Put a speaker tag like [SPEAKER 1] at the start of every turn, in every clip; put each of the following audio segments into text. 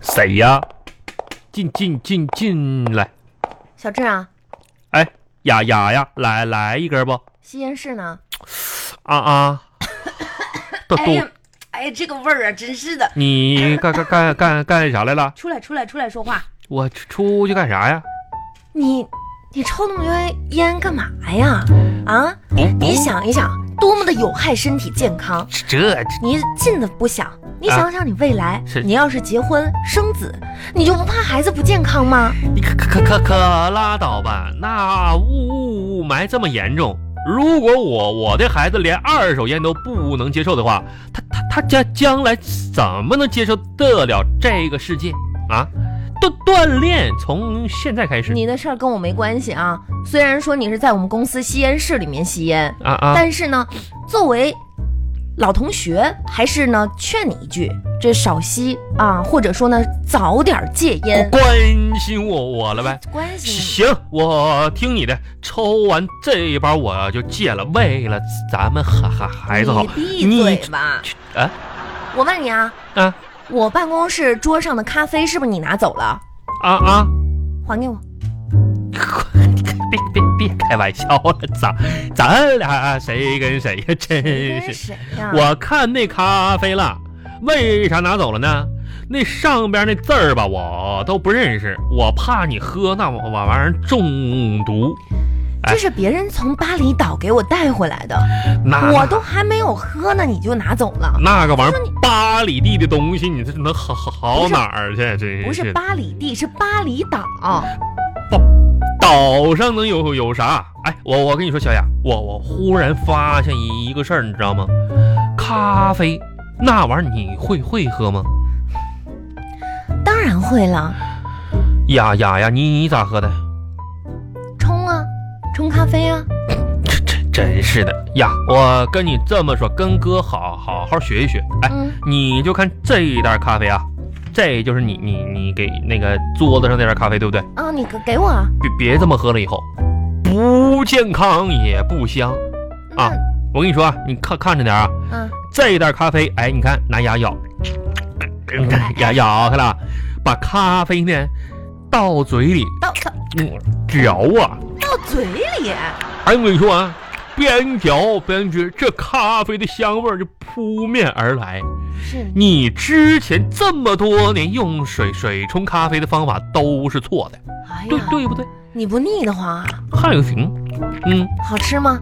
[SPEAKER 1] 谁呀？进进进进来！
[SPEAKER 2] 小志啊，
[SPEAKER 1] 哎，雅雅呀，来来一根不？
[SPEAKER 2] 吸烟室呢？
[SPEAKER 1] 啊 啊！豆
[SPEAKER 2] 哎
[SPEAKER 1] 豆，
[SPEAKER 2] 呀，哎呀，这个味儿啊，真是的！
[SPEAKER 1] 你干干干干干啥来了？
[SPEAKER 2] 出来，出来，出来说话！
[SPEAKER 1] 我出出去干啥呀？
[SPEAKER 2] 你你抽那么多烟干嘛呀？啊？
[SPEAKER 1] 不
[SPEAKER 2] 你想一想，多么的有害身体健康！
[SPEAKER 1] 这这
[SPEAKER 2] 你近的不想，你
[SPEAKER 1] 啊
[SPEAKER 2] 想想你未来，
[SPEAKER 1] 是
[SPEAKER 2] 你要是结婚生子，你就不怕孩子不健康吗？
[SPEAKER 1] 你可可可可可拉倒吧！那雾雾雾霾这么严重，如果我我的孩子连二手烟都不能接受的话，他他他将将来怎么能接受得了这个世界啊？锻锻炼从现在开始
[SPEAKER 2] 你的事儿跟我没关系啊。虽然说你是在我们公司吸烟室里面吸烟，
[SPEAKER 1] 啊啊！
[SPEAKER 2] 但是呢，作为老同学，还是呢劝你一句，这少吸啊，或者说呢早点戒烟。
[SPEAKER 1] 关心我我了哦呗？
[SPEAKER 2] 关系
[SPEAKER 1] 行，我听你的，抽完这一包我就戒了，为了咱们孩孩孩子好
[SPEAKER 2] 你闭嘴吧！
[SPEAKER 1] 去啊
[SPEAKER 2] 我问你啊，
[SPEAKER 1] 啊
[SPEAKER 2] 我办公室桌上的咖啡是不是你拿走了？
[SPEAKER 1] 啊啊！
[SPEAKER 2] 还给我。
[SPEAKER 1] 别别别开玩笑了，咱咱俩谁跟谁呀？
[SPEAKER 2] 你
[SPEAKER 1] 真
[SPEAKER 2] 跟
[SPEAKER 1] 是！
[SPEAKER 2] 谁哎呀、
[SPEAKER 1] 我看那咖啡了，为啥拿走了呢？那上边那字儿吧，我都不认识，我怕你喝那玩玩意儿中毒。哎
[SPEAKER 2] 这是别人从巴厘岛给我带回来的，
[SPEAKER 1] 那
[SPEAKER 2] 我都还没有喝呢，你就拿走了。
[SPEAKER 1] 那个玩意儿，巴里地的东西，你这能好好好
[SPEAKER 2] 不是
[SPEAKER 1] 哪儿去？真是
[SPEAKER 2] 不是巴里地，是巴厘岛。
[SPEAKER 1] 岛上能有有啥？哎，我我跟你说，小雅，我我忽然发现一个事儿，你知道吗？咖啡那玩意儿你会会喝吗？
[SPEAKER 2] 当然会了，
[SPEAKER 1] 呀呀呀，你你咋喝的？
[SPEAKER 2] 冲啊，冲咖啡啊。
[SPEAKER 1] 这真真是的呀！我跟你这么说，跟哥好好好学一学。哎，
[SPEAKER 2] 嗯，
[SPEAKER 1] 你就看这一袋咖啡啊，这就是你你你给那个桌子上那袋咖啡，对不对？
[SPEAKER 2] 啊，你给给我啊。
[SPEAKER 1] 别别这么喝了，以后不健康也不香。啊我跟你说啊，你看看着点啊。
[SPEAKER 2] 嗯嗯，
[SPEAKER 1] 这一袋咖啡，哎，你看拿牙咬，
[SPEAKER 2] 哎
[SPEAKER 1] 牙咬开了，把咖啡呢倒嘴里
[SPEAKER 2] 到到
[SPEAKER 1] 嗯嚼啊。
[SPEAKER 2] 到嘴里，
[SPEAKER 1] 哎，我跟你说啊，边嚼边吃，这咖啡的香味儿就扑面而来。
[SPEAKER 2] 是你
[SPEAKER 1] 你之前这么多年用水水冲咖啡的方法都是错的，
[SPEAKER 2] 哎呀，
[SPEAKER 1] 对对不对？
[SPEAKER 2] 你不腻得慌啊？
[SPEAKER 1] 还行，嗯
[SPEAKER 2] 好吃吗？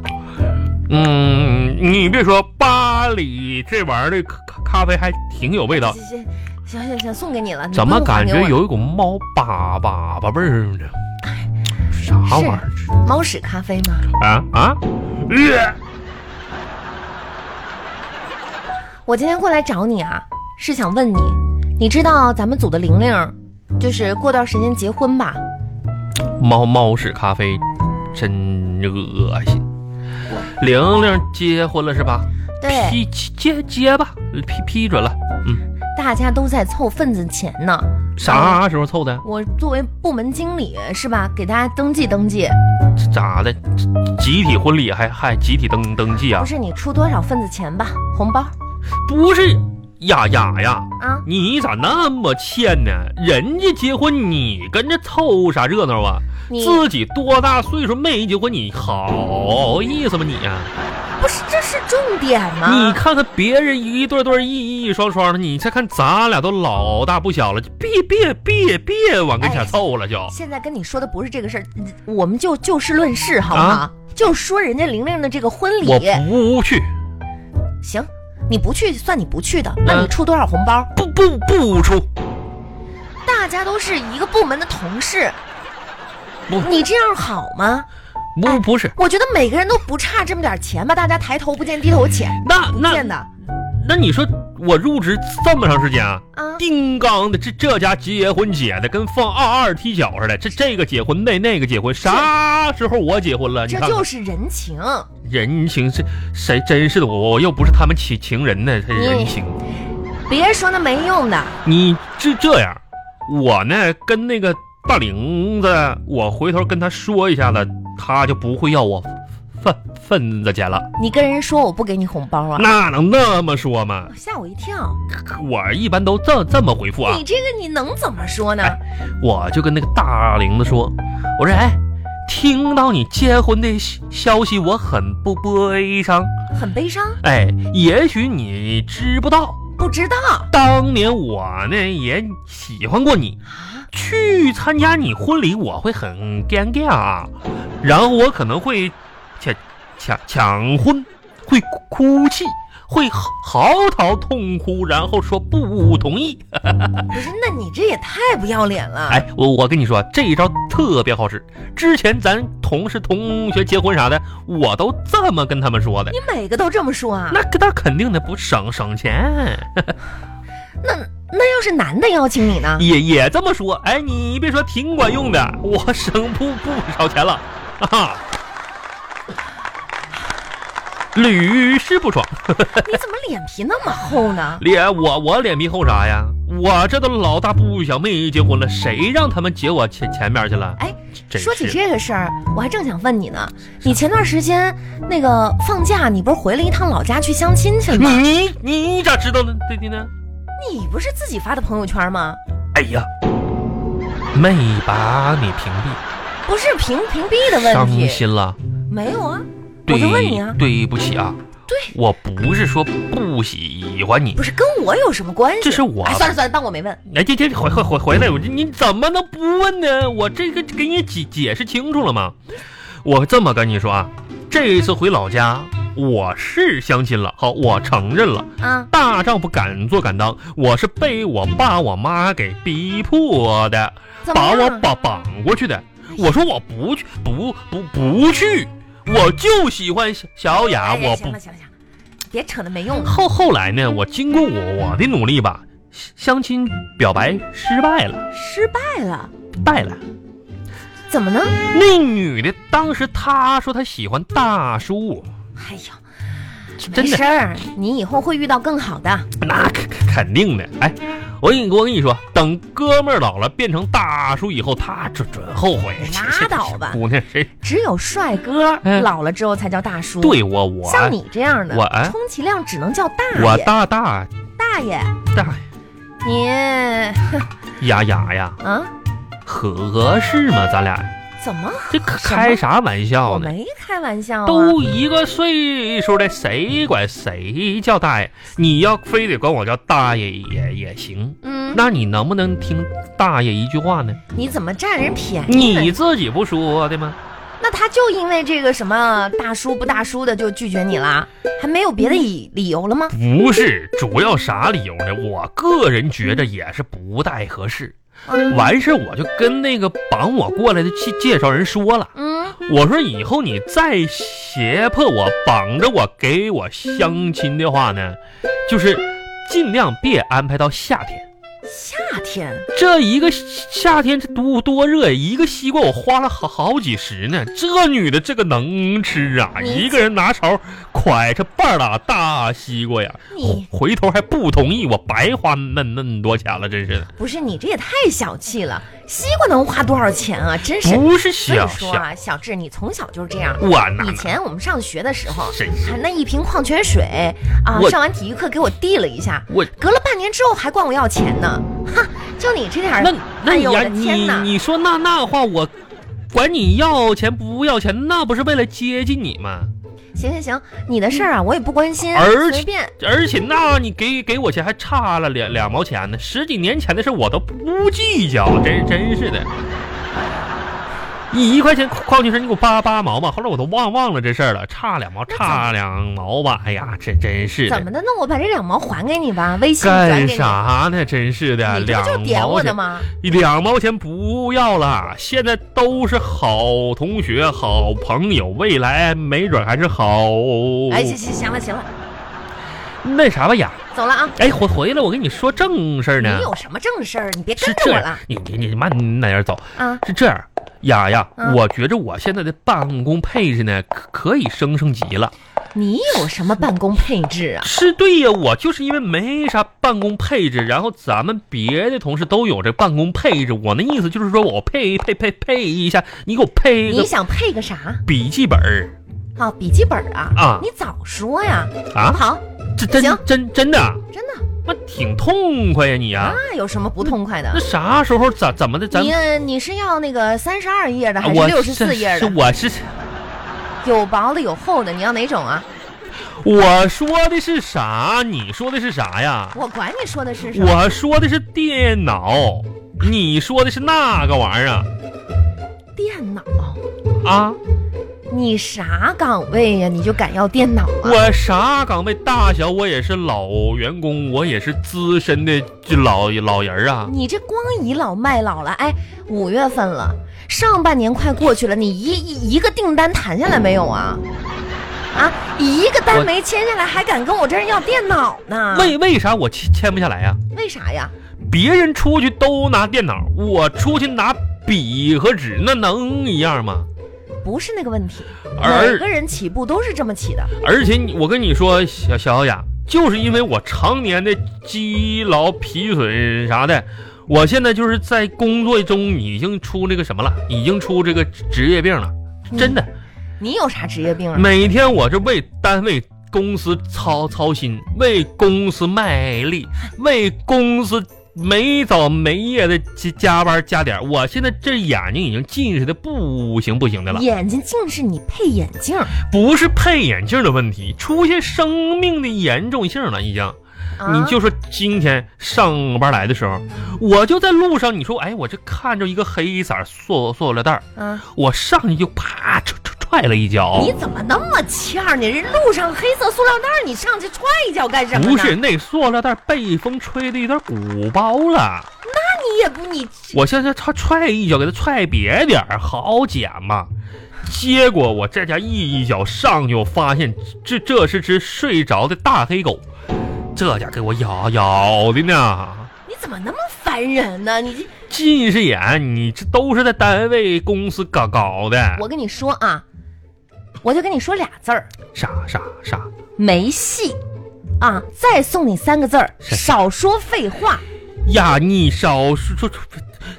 [SPEAKER 1] 嗯，你别说，巴黎这玩意儿的咖咖啡还挺有味道的。
[SPEAKER 2] 行行行行行，送给你了。你
[SPEAKER 1] 啊怎么
[SPEAKER 2] 不用还
[SPEAKER 1] 感
[SPEAKER 2] 给
[SPEAKER 1] 觉
[SPEAKER 2] 我
[SPEAKER 1] 有一股猫粑粑粑味儿呢？哎啥玩意儿
[SPEAKER 2] 猫屎咖啡吗？
[SPEAKER 1] 啊啊！
[SPEAKER 2] 我今天过来找你啊，是想问你，你知道咱们组的玲玲，就是过段时间结婚吧？
[SPEAKER 1] 猫猫屎咖啡，真恶心。玲玲结婚了是吧？
[SPEAKER 2] 对，
[SPEAKER 1] 批结结吧，批批准了。
[SPEAKER 2] 大家都在凑份子钱呢。
[SPEAKER 1] 啥时候凑的？
[SPEAKER 2] 我作为部门经理是吧，给大家登记登记，
[SPEAKER 1] 这咋的？集体婚礼还还集体登登记啊
[SPEAKER 2] 不？是你出多少份子钱吧？红包
[SPEAKER 1] 不是，雅雅呀，
[SPEAKER 2] 啊？
[SPEAKER 1] 你咋那么欠呢？人家结婚你跟着凑啥热闹啊？
[SPEAKER 2] 你
[SPEAKER 1] 自己多大岁数没结婚，你好意思吗你呀、
[SPEAKER 2] 不是这是重点吗？
[SPEAKER 1] 你看看别人一对对、一一双双的，你再看咱俩都老大不小了，别别别别往跟前凑了就。
[SPEAKER 2] 现在跟你说的不是这个事儿，我们就就事论事，好不好？
[SPEAKER 1] 啊
[SPEAKER 2] 就说人家玲玲的这个婚
[SPEAKER 1] 我
[SPEAKER 2] 礼，
[SPEAKER 1] 不去，
[SPEAKER 2] 行，你不去算你不去的，那你
[SPEAKER 1] 嗯
[SPEAKER 2] 出多少红包？
[SPEAKER 1] 不不不出，
[SPEAKER 2] 大家都是一个部门的同事
[SPEAKER 1] 不，
[SPEAKER 2] 你这样好吗？
[SPEAKER 1] 不不是，
[SPEAKER 2] 我觉得每个人都不差这么点钱吧，大家抬头不见低头见，
[SPEAKER 1] 那
[SPEAKER 2] 不见
[SPEAKER 1] 那
[SPEAKER 2] 的
[SPEAKER 1] 那你说我入职这么长时间啊，
[SPEAKER 2] 啊。
[SPEAKER 1] 叮当的这这家结婚结的跟放二二踢脚似的，这这个结婚那那个结婚，啥时候我结婚了？你
[SPEAKER 2] 这
[SPEAKER 1] 看看
[SPEAKER 2] 就是人情，
[SPEAKER 1] 人情是谁？真是的，我我又不是他们情情人呢，这
[SPEAKER 2] 你
[SPEAKER 1] 人情。
[SPEAKER 2] 嗯别说那没用的。
[SPEAKER 1] 你这这样，我呢跟那个大玲子，我回头跟她说一下子，她就不会要我 份份子钱了，
[SPEAKER 2] 你跟人说我不给你红包啊？
[SPEAKER 1] 那能那么说吗？
[SPEAKER 2] 吓我一跳！
[SPEAKER 1] 我一般都这这么回复啊
[SPEAKER 2] 你，这个你能怎么说呢？
[SPEAKER 1] 哎我就跟那个大玲子说，我说哎，听到你结婚的消消息，我很不悲伤。
[SPEAKER 2] 很悲伤，
[SPEAKER 1] 哎，也许你知不道，
[SPEAKER 2] 不知道
[SPEAKER 1] 当年我呢也喜欢过你，
[SPEAKER 2] 啊？
[SPEAKER 1] 去参加你婚礼，我会很尴尬啊，然后我可能会抢抢抢婚，会哭泣，会嚎啕痛哭，然后说不同意。
[SPEAKER 2] 不是，那你这也太不要脸了！
[SPEAKER 1] 哎，我我跟你说，这一招特别好使。之前咱同事同学结婚啥的，我都这么跟他们说的。
[SPEAKER 2] 你每个都这么说啊？
[SPEAKER 1] 那那肯定的，不省省钱，
[SPEAKER 2] 那那要是男的邀请你呢？
[SPEAKER 1] 也也这么说。哎，你别说，挺管用的，我省不不少钱了，哈、哈，屡试不爽。
[SPEAKER 2] 你怎么脸皮那么厚呢？
[SPEAKER 1] 脸我我脸皮厚啥呀？我这都老大不小没结婚了，谁让他们结我前前面去了？
[SPEAKER 2] 哎，
[SPEAKER 1] 真
[SPEAKER 2] 说起
[SPEAKER 1] 是
[SPEAKER 2] 这个事儿，我还正想问你呢。你前段时间那个放假，你不是回了一趟老家去相亲去了吗？
[SPEAKER 1] 你你咋知道呢？对的呢？
[SPEAKER 2] 你不是自己发的朋友圈吗？
[SPEAKER 1] 哎呀，没把你屏蔽，
[SPEAKER 2] 不是屏屏蔽的问
[SPEAKER 1] 伤
[SPEAKER 2] 题，
[SPEAKER 1] 心了。
[SPEAKER 2] 没有啊，我
[SPEAKER 1] 对
[SPEAKER 2] 就问你啊，
[SPEAKER 1] 对不起啊，
[SPEAKER 2] 对，
[SPEAKER 1] 我不是说不喜欢你
[SPEAKER 2] 不，是跟我有什么关系？
[SPEAKER 1] 这是我
[SPEAKER 2] 哎，算了算了，当我没问。
[SPEAKER 1] 哎，这这回回回回来，我这你怎么能不问呢？我这个给你解解释清楚了吗？我这么跟你说啊，这一次回老家，我是相亲了，好，我承认了，
[SPEAKER 2] 啊，
[SPEAKER 1] 大丈夫敢做敢当，我是被我爸我妈给逼迫的。
[SPEAKER 2] 怎
[SPEAKER 1] 把
[SPEAKER 2] 么
[SPEAKER 1] 我
[SPEAKER 2] 样？啊
[SPEAKER 1] 绑绑过去的。我说我不去，不不不去，我就喜欢小小雅，
[SPEAKER 2] 哎呀
[SPEAKER 1] 我
[SPEAKER 2] 行
[SPEAKER 1] 不
[SPEAKER 2] 了。行了行了，别扯那没用的。
[SPEAKER 1] 后后来呢，我经过我我的努力吧，相亲表白失败了，
[SPEAKER 2] 失败了，
[SPEAKER 1] 败了。
[SPEAKER 2] 怎么呢？
[SPEAKER 1] 那女的当时她说她喜欢大叔，啊
[SPEAKER 2] 哎呀，
[SPEAKER 1] 真
[SPEAKER 2] 没
[SPEAKER 1] 的
[SPEAKER 2] 事儿，你以后会遇到更好的。
[SPEAKER 1] 那肯肯定的。哎，我跟你我跟你说，等哥们儿老了变成大叔以后，他准准后悔。
[SPEAKER 2] 拉倒吧
[SPEAKER 1] 姑娘谁？
[SPEAKER 2] 只有帅哥
[SPEAKER 1] 哎
[SPEAKER 2] 老了之后才叫大叔，，
[SPEAKER 1] 对我我
[SPEAKER 2] 像你这样的
[SPEAKER 1] 我，哎
[SPEAKER 2] 充其量只能叫大
[SPEAKER 1] 我
[SPEAKER 2] 爷。
[SPEAKER 1] 大大
[SPEAKER 2] 大爷，
[SPEAKER 1] 大
[SPEAKER 2] 你
[SPEAKER 1] 雅雅呀。
[SPEAKER 2] 啊，
[SPEAKER 1] 合适吗？咱俩
[SPEAKER 2] 怎么？
[SPEAKER 1] 这可开啥玩
[SPEAKER 2] 我
[SPEAKER 1] 笑呢？
[SPEAKER 2] 没开玩笑啊。
[SPEAKER 1] 都一个岁数了，谁管谁叫大爷？你要非得管我叫大爷也也行。
[SPEAKER 2] 嗯，
[SPEAKER 1] 那你能不能听大爷一句话呢？
[SPEAKER 2] 你怎么占人便宜呢？
[SPEAKER 1] 你自己不说的吗？
[SPEAKER 2] 那他就因为这个什么大叔不大叔的就拒绝你啦？还没有别
[SPEAKER 1] 嗯
[SPEAKER 2] 的理理由了吗？
[SPEAKER 1] 不是，主要啥理由呢？我个人觉着也是不太合适。
[SPEAKER 2] 嗯
[SPEAKER 1] 完事儿我就跟那个绑我过来的介介绍人说了。
[SPEAKER 2] 嗯，
[SPEAKER 1] 我说以后你再胁迫我、绑着我给我相亲的话呢，就是尽量别安排到夏天。
[SPEAKER 2] 夏天
[SPEAKER 1] 这一个夏天这多多热呀！一个西瓜我花了好好几十呢。这女的这个能吃啊，
[SPEAKER 2] 你
[SPEAKER 1] 一个人拿勺蒯着半拉大西瓜呀，
[SPEAKER 2] 你
[SPEAKER 1] 回头还不同意，我白花那那么多钱了，真是的。
[SPEAKER 2] 不是你这也太小气了，西瓜能花多少钱啊？真是。
[SPEAKER 1] 不是
[SPEAKER 2] 所以
[SPEAKER 1] 小
[SPEAKER 2] 说
[SPEAKER 1] 小，
[SPEAKER 2] 啊，小智，你从小就是这样。
[SPEAKER 1] 我哪
[SPEAKER 2] 以前我们上学的时候，
[SPEAKER 1] 谁
[SPEAKER 2] 啊，那一瓶矿泉水啊，
[SPEAKER 1] 我
[SPEAKER 2] 上完体育课给我递了一下，
[SPEAKER 1] 我
[SPEAKER 2] 隔了半年之后还管我要钱呢，哈，就你这点儿，
[SPEAKER 1] 那那
[SPEAKER 2] 哎
[SPEAKER 1] 你
[SPEAKER 2] 呦
[SPEAKER 1] 呀、
[SPEAKER 2] 我的天
[SPEAKER 1] 你
[SPEAKER 2] 哪！
[SPEAKER 1] 你说那那话，我管你要钱不要钱，那不是为了接近你吗？
[SPEAKER 2] 行行行，你的事儿啊，我也不关心，
[SPEAKER 1] 而
[SPEAKER 2] 随便。
[SPEAKER 1] 而且那你给给我钱还差了两两毛钱呢，十几年前的事我都不计较，真真是的。你一块钱矿泉水，你给我八八毛嘛，后来我都忘忘了这事儿了，差两毛，
[SPEAKER 2] 那怎么
[SPEAKER 1] 差两毛吧，哎呀，这真是
[SPEAKER 2] 怎
[SPEAKER 1] 的，
[SPEAKER 2] 么的？那我把这两毛还给你吧，微信转
[SPEAKER 1] 干
[SPEAKER 2] 给你。
[SPEAKER 1] 啥呢？真是的，
[SPEAKER 2] 你这
[SPEAKER 1] 两
[SPEAKER 2] 不就是点
[SPEAKER 1] 毛
[SPEAKER 2] 我
[SPEAKER 1] 钱
[SPEAKER 2] 的吗？
[SPEAKER 1] 两毛钱不要了，现在都是好同学、好朋友，未来没准还是好
[SPEAKER 2] 哎，行行行了行了，
[SPEAKER 1] 那啥吧呀。
[SPEAKER 2] 走了啊！
[SPEAKER 1] 哎，回回来我跟你说正事儿
[SPEAKER 2] 你
[SPEAKER 1] 呢，
[SPEAKER 2] 有什么正事儿，你别
[SPEAKER 1] 是
[SPEAKER 2] 跟着
[SPEAKER 1] 这
[SPEAKER 2] 我
[SPEAKER 1] 样
[SPEAKER 2] 了，
[SPEAKER 1] 你你你慢点走，
[SPEAKER 2] 啊！
[SPEAKER 1] 是这样。雅雅，
[SPEAKER 2] 嗯
[SPEAKER 1] 我觉着我现在的办公配置呢，可可以升升级了。
[SPEAKER 2] 你有什么办公配置啊？
[SPEAKER 1] 是对呀，我就是因为没啥办公配置，然后咱们别的同事都有这办公配置，我那意思就是说我配配配配一下，你给我配一
[SPEAKER 2] 你
[SPEAKER 1] 个
[SPEAKER 2] 想配个啥？
[SPEAKER 1] 笔记本儿
[SPEAKER 2] 啊，笔记本啊，
[SPEAKER 1] 啊
[SPEAKER 2] 你早说呀，好
[SPEAKER 1] 啊
[SPEAKER 2] 不，好？
[SPEAKER 1] 这真
[SPEAKER 2] 行
[SPEAKER 1] 真真的，啊
[SPEAKER 2] 真的
[SPEAKER 1] 那挺痛快呀你呀、
[SPEAKER 2] 那有什么不痛快的
[SPEAKER 1] 啊那？啥时候咋怎么的咱
[SPEAKER 2] 啊
[SPEAKER 1] 啊
[SPEAKER 2] 你你是要那个三十二页的还是
[SPEAKER 1] 我
[SPEAKER 2] 六十四页
[SPEAKER 1] 是
[SPEAKER 2] 的
[SPEAKER 1] 是？我是
[SPEAKER 2] 有薄的有厚的，你要哪种啊？
[SPEAKER 1] 我说的是啥？你说的是啥呀？
[SPEAKER 2] 我管你说的是什么，
[SPEAKER 1] 我说的是电脑，你说的是那个玩意儿
[SPEAKER 2] 电脑。
[SPEAKER 1] 啊？
[SPEAKER 2] 你啥岗位呀？你就敢要电脑啊？
[SPEAKER 1] 我啥岗位大小我也是老员工，我也是资深的这老老人儿啊。
[SPEAKER 2] 你这光倚老卖老了，哎，五月份了，上半年快过去了，你一一一个订单谈下来没有啊？啊，一个单没签下来，还敢跟我这儿要电脑呢？
[SPEAKER 1] 为为啥我签签不下来呀、
[SPEAKER 2] 为啥呀？
[SPEAKER 1] 别人出去都拿电脑，我出去拿笔和纸，那能一样吗？
[SPEAKER 2] 不是那个问题，每
[SPEAKER 1] 而
[SPEAKER 2] 个人起步都是这么起的。
[SPEAKER 1] 而且你我跟你说，小小雅，就是因为我常年的积劳疲损啥的，我现在就是在工作中已经出那个什么了，已经出这个职业病了，真的。
[SPEAKER 2] 你有啥职业病啊？
[SPEAKER 1] 每天我是为单位、公司操操心，为公司卖力，为公司没早没夜的加加班加点儿。我现在这眼睛已经近视的不行不行的了，
[SPEAKER 2] 眼睛近视，你配眼镜儿
[SPEAKER 1] 不是配眼镜的问题，出现生命的严重性了已经。
[SPEAKER 2] 啊？
[SPEAKER 1] 你就说今天上班来的时候，我就在路上，你说哎，我这看着一个黑色儿塑塑料袋儿，
[SPEAKER 2] 啊，
[SPEAKER 1] 我上去就啪踹踹踹了一脚。
[SPEAKER 2] 你怎么那么欠儿呢？人路上黑色塑料袋儿，你上去踹一脚干什么呢？
[SPEAKER 1] 不是，那塑料袋被风吹的有点鼓包了，
[SPEAKER 2] 你也不你
[SPEAKER 1] 我现在他踹一脚给他踹别点儿，好捡嘛。结果我这家一脚上去，我发现这这是只睡着的大黑狗，这家给我咬咬的呢。
[SPEAKER 2] 你怎么那么烦人呢？你这
[SPEAKER 1] 近视眼，你这都是在单位公司搞搞的，
[SPEAKER 2] 我跟你说啊，我就跟你说俩字儿，
[SPEAKER 1] 啥啥啥
[SPEAKER 2] 没戏啊！再送你三个字儿，
[SPEAKER 1] 是
[SPEAKER 2] 少说废话。
[SPEAKER 1] 呀？你少说说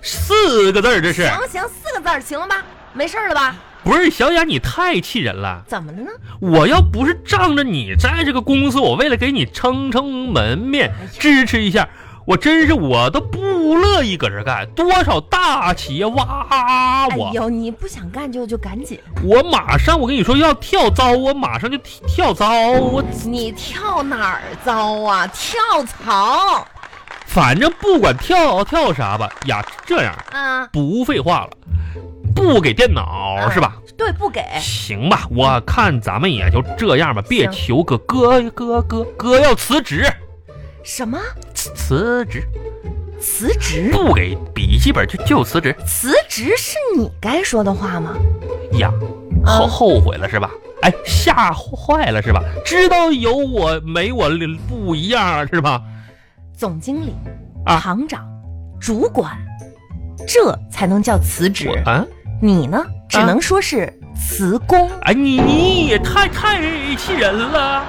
[SPEAKER 1] 四个字儿，这是
[SPEAKER 2] 行行，四个字儿行了吧？没事儿了吧？
[SPEAKER 1] 不是小雅？你太气人了。
[SPEAKER 2] 怎么了呢？
[SPEAKER 1] 我要不是仗着你在这个公司，我为了给你撑撑门面，
[SPEAKER 2] 哎
[SPEAKER 1] 支持一下，我真是我都不乐意搁这干。多少大企业挖
[SPEAKER 2] 哎
[SPEAKER 1] 我，
[SPEAKER 2] 呦，你不想干就就赶紧，
[SPEAKER 1] 我马上我跟你说要跳槽，我马上就跳跳槽，我
[SPEAKER 2] 你跳哪儿糟啊？跳槽
[SPEAKER 1] 反正不管跳跳啥吧，呀，这样
[SPEAKER 2] 啊？
[SPEAKER 1] 不废话了，不给电脑是吧？
[SPEAKER 2] 对，不给。
[SPEAKER 1] 行吧，我看咱们也就这样吧，别
[SPEAKER 2] 行
[SPEAKER 1] 求哥，哥哥哥哥要辞职，
[SPEAKER 2] 什么
[SPEAKER 1] 辞辞职。
[SPEAKER 2] 辞职？
[SPEAKER 1] 不给笔记本就就辞职
[SPEAKER 2] 辞职是你该说的话吗？
[SPEAKER 1] 呀，后后悔了是吧？哎，吓坏了是吧？知道有我没我不一样是吧？
[SPEAKER 2] 总经理、
[SPEAKER 1] 啊
[SPEAKER 2] 行长、主管，这才能叫辞职。
[SPEAKER 1] 我啊，
[SPEAKER 2] 你呢，只
[SPEAKER 1] 啊
[SPEAKER 2] 能说是辞工。
[SPEAKER 1] 哎，你你也太太气人了！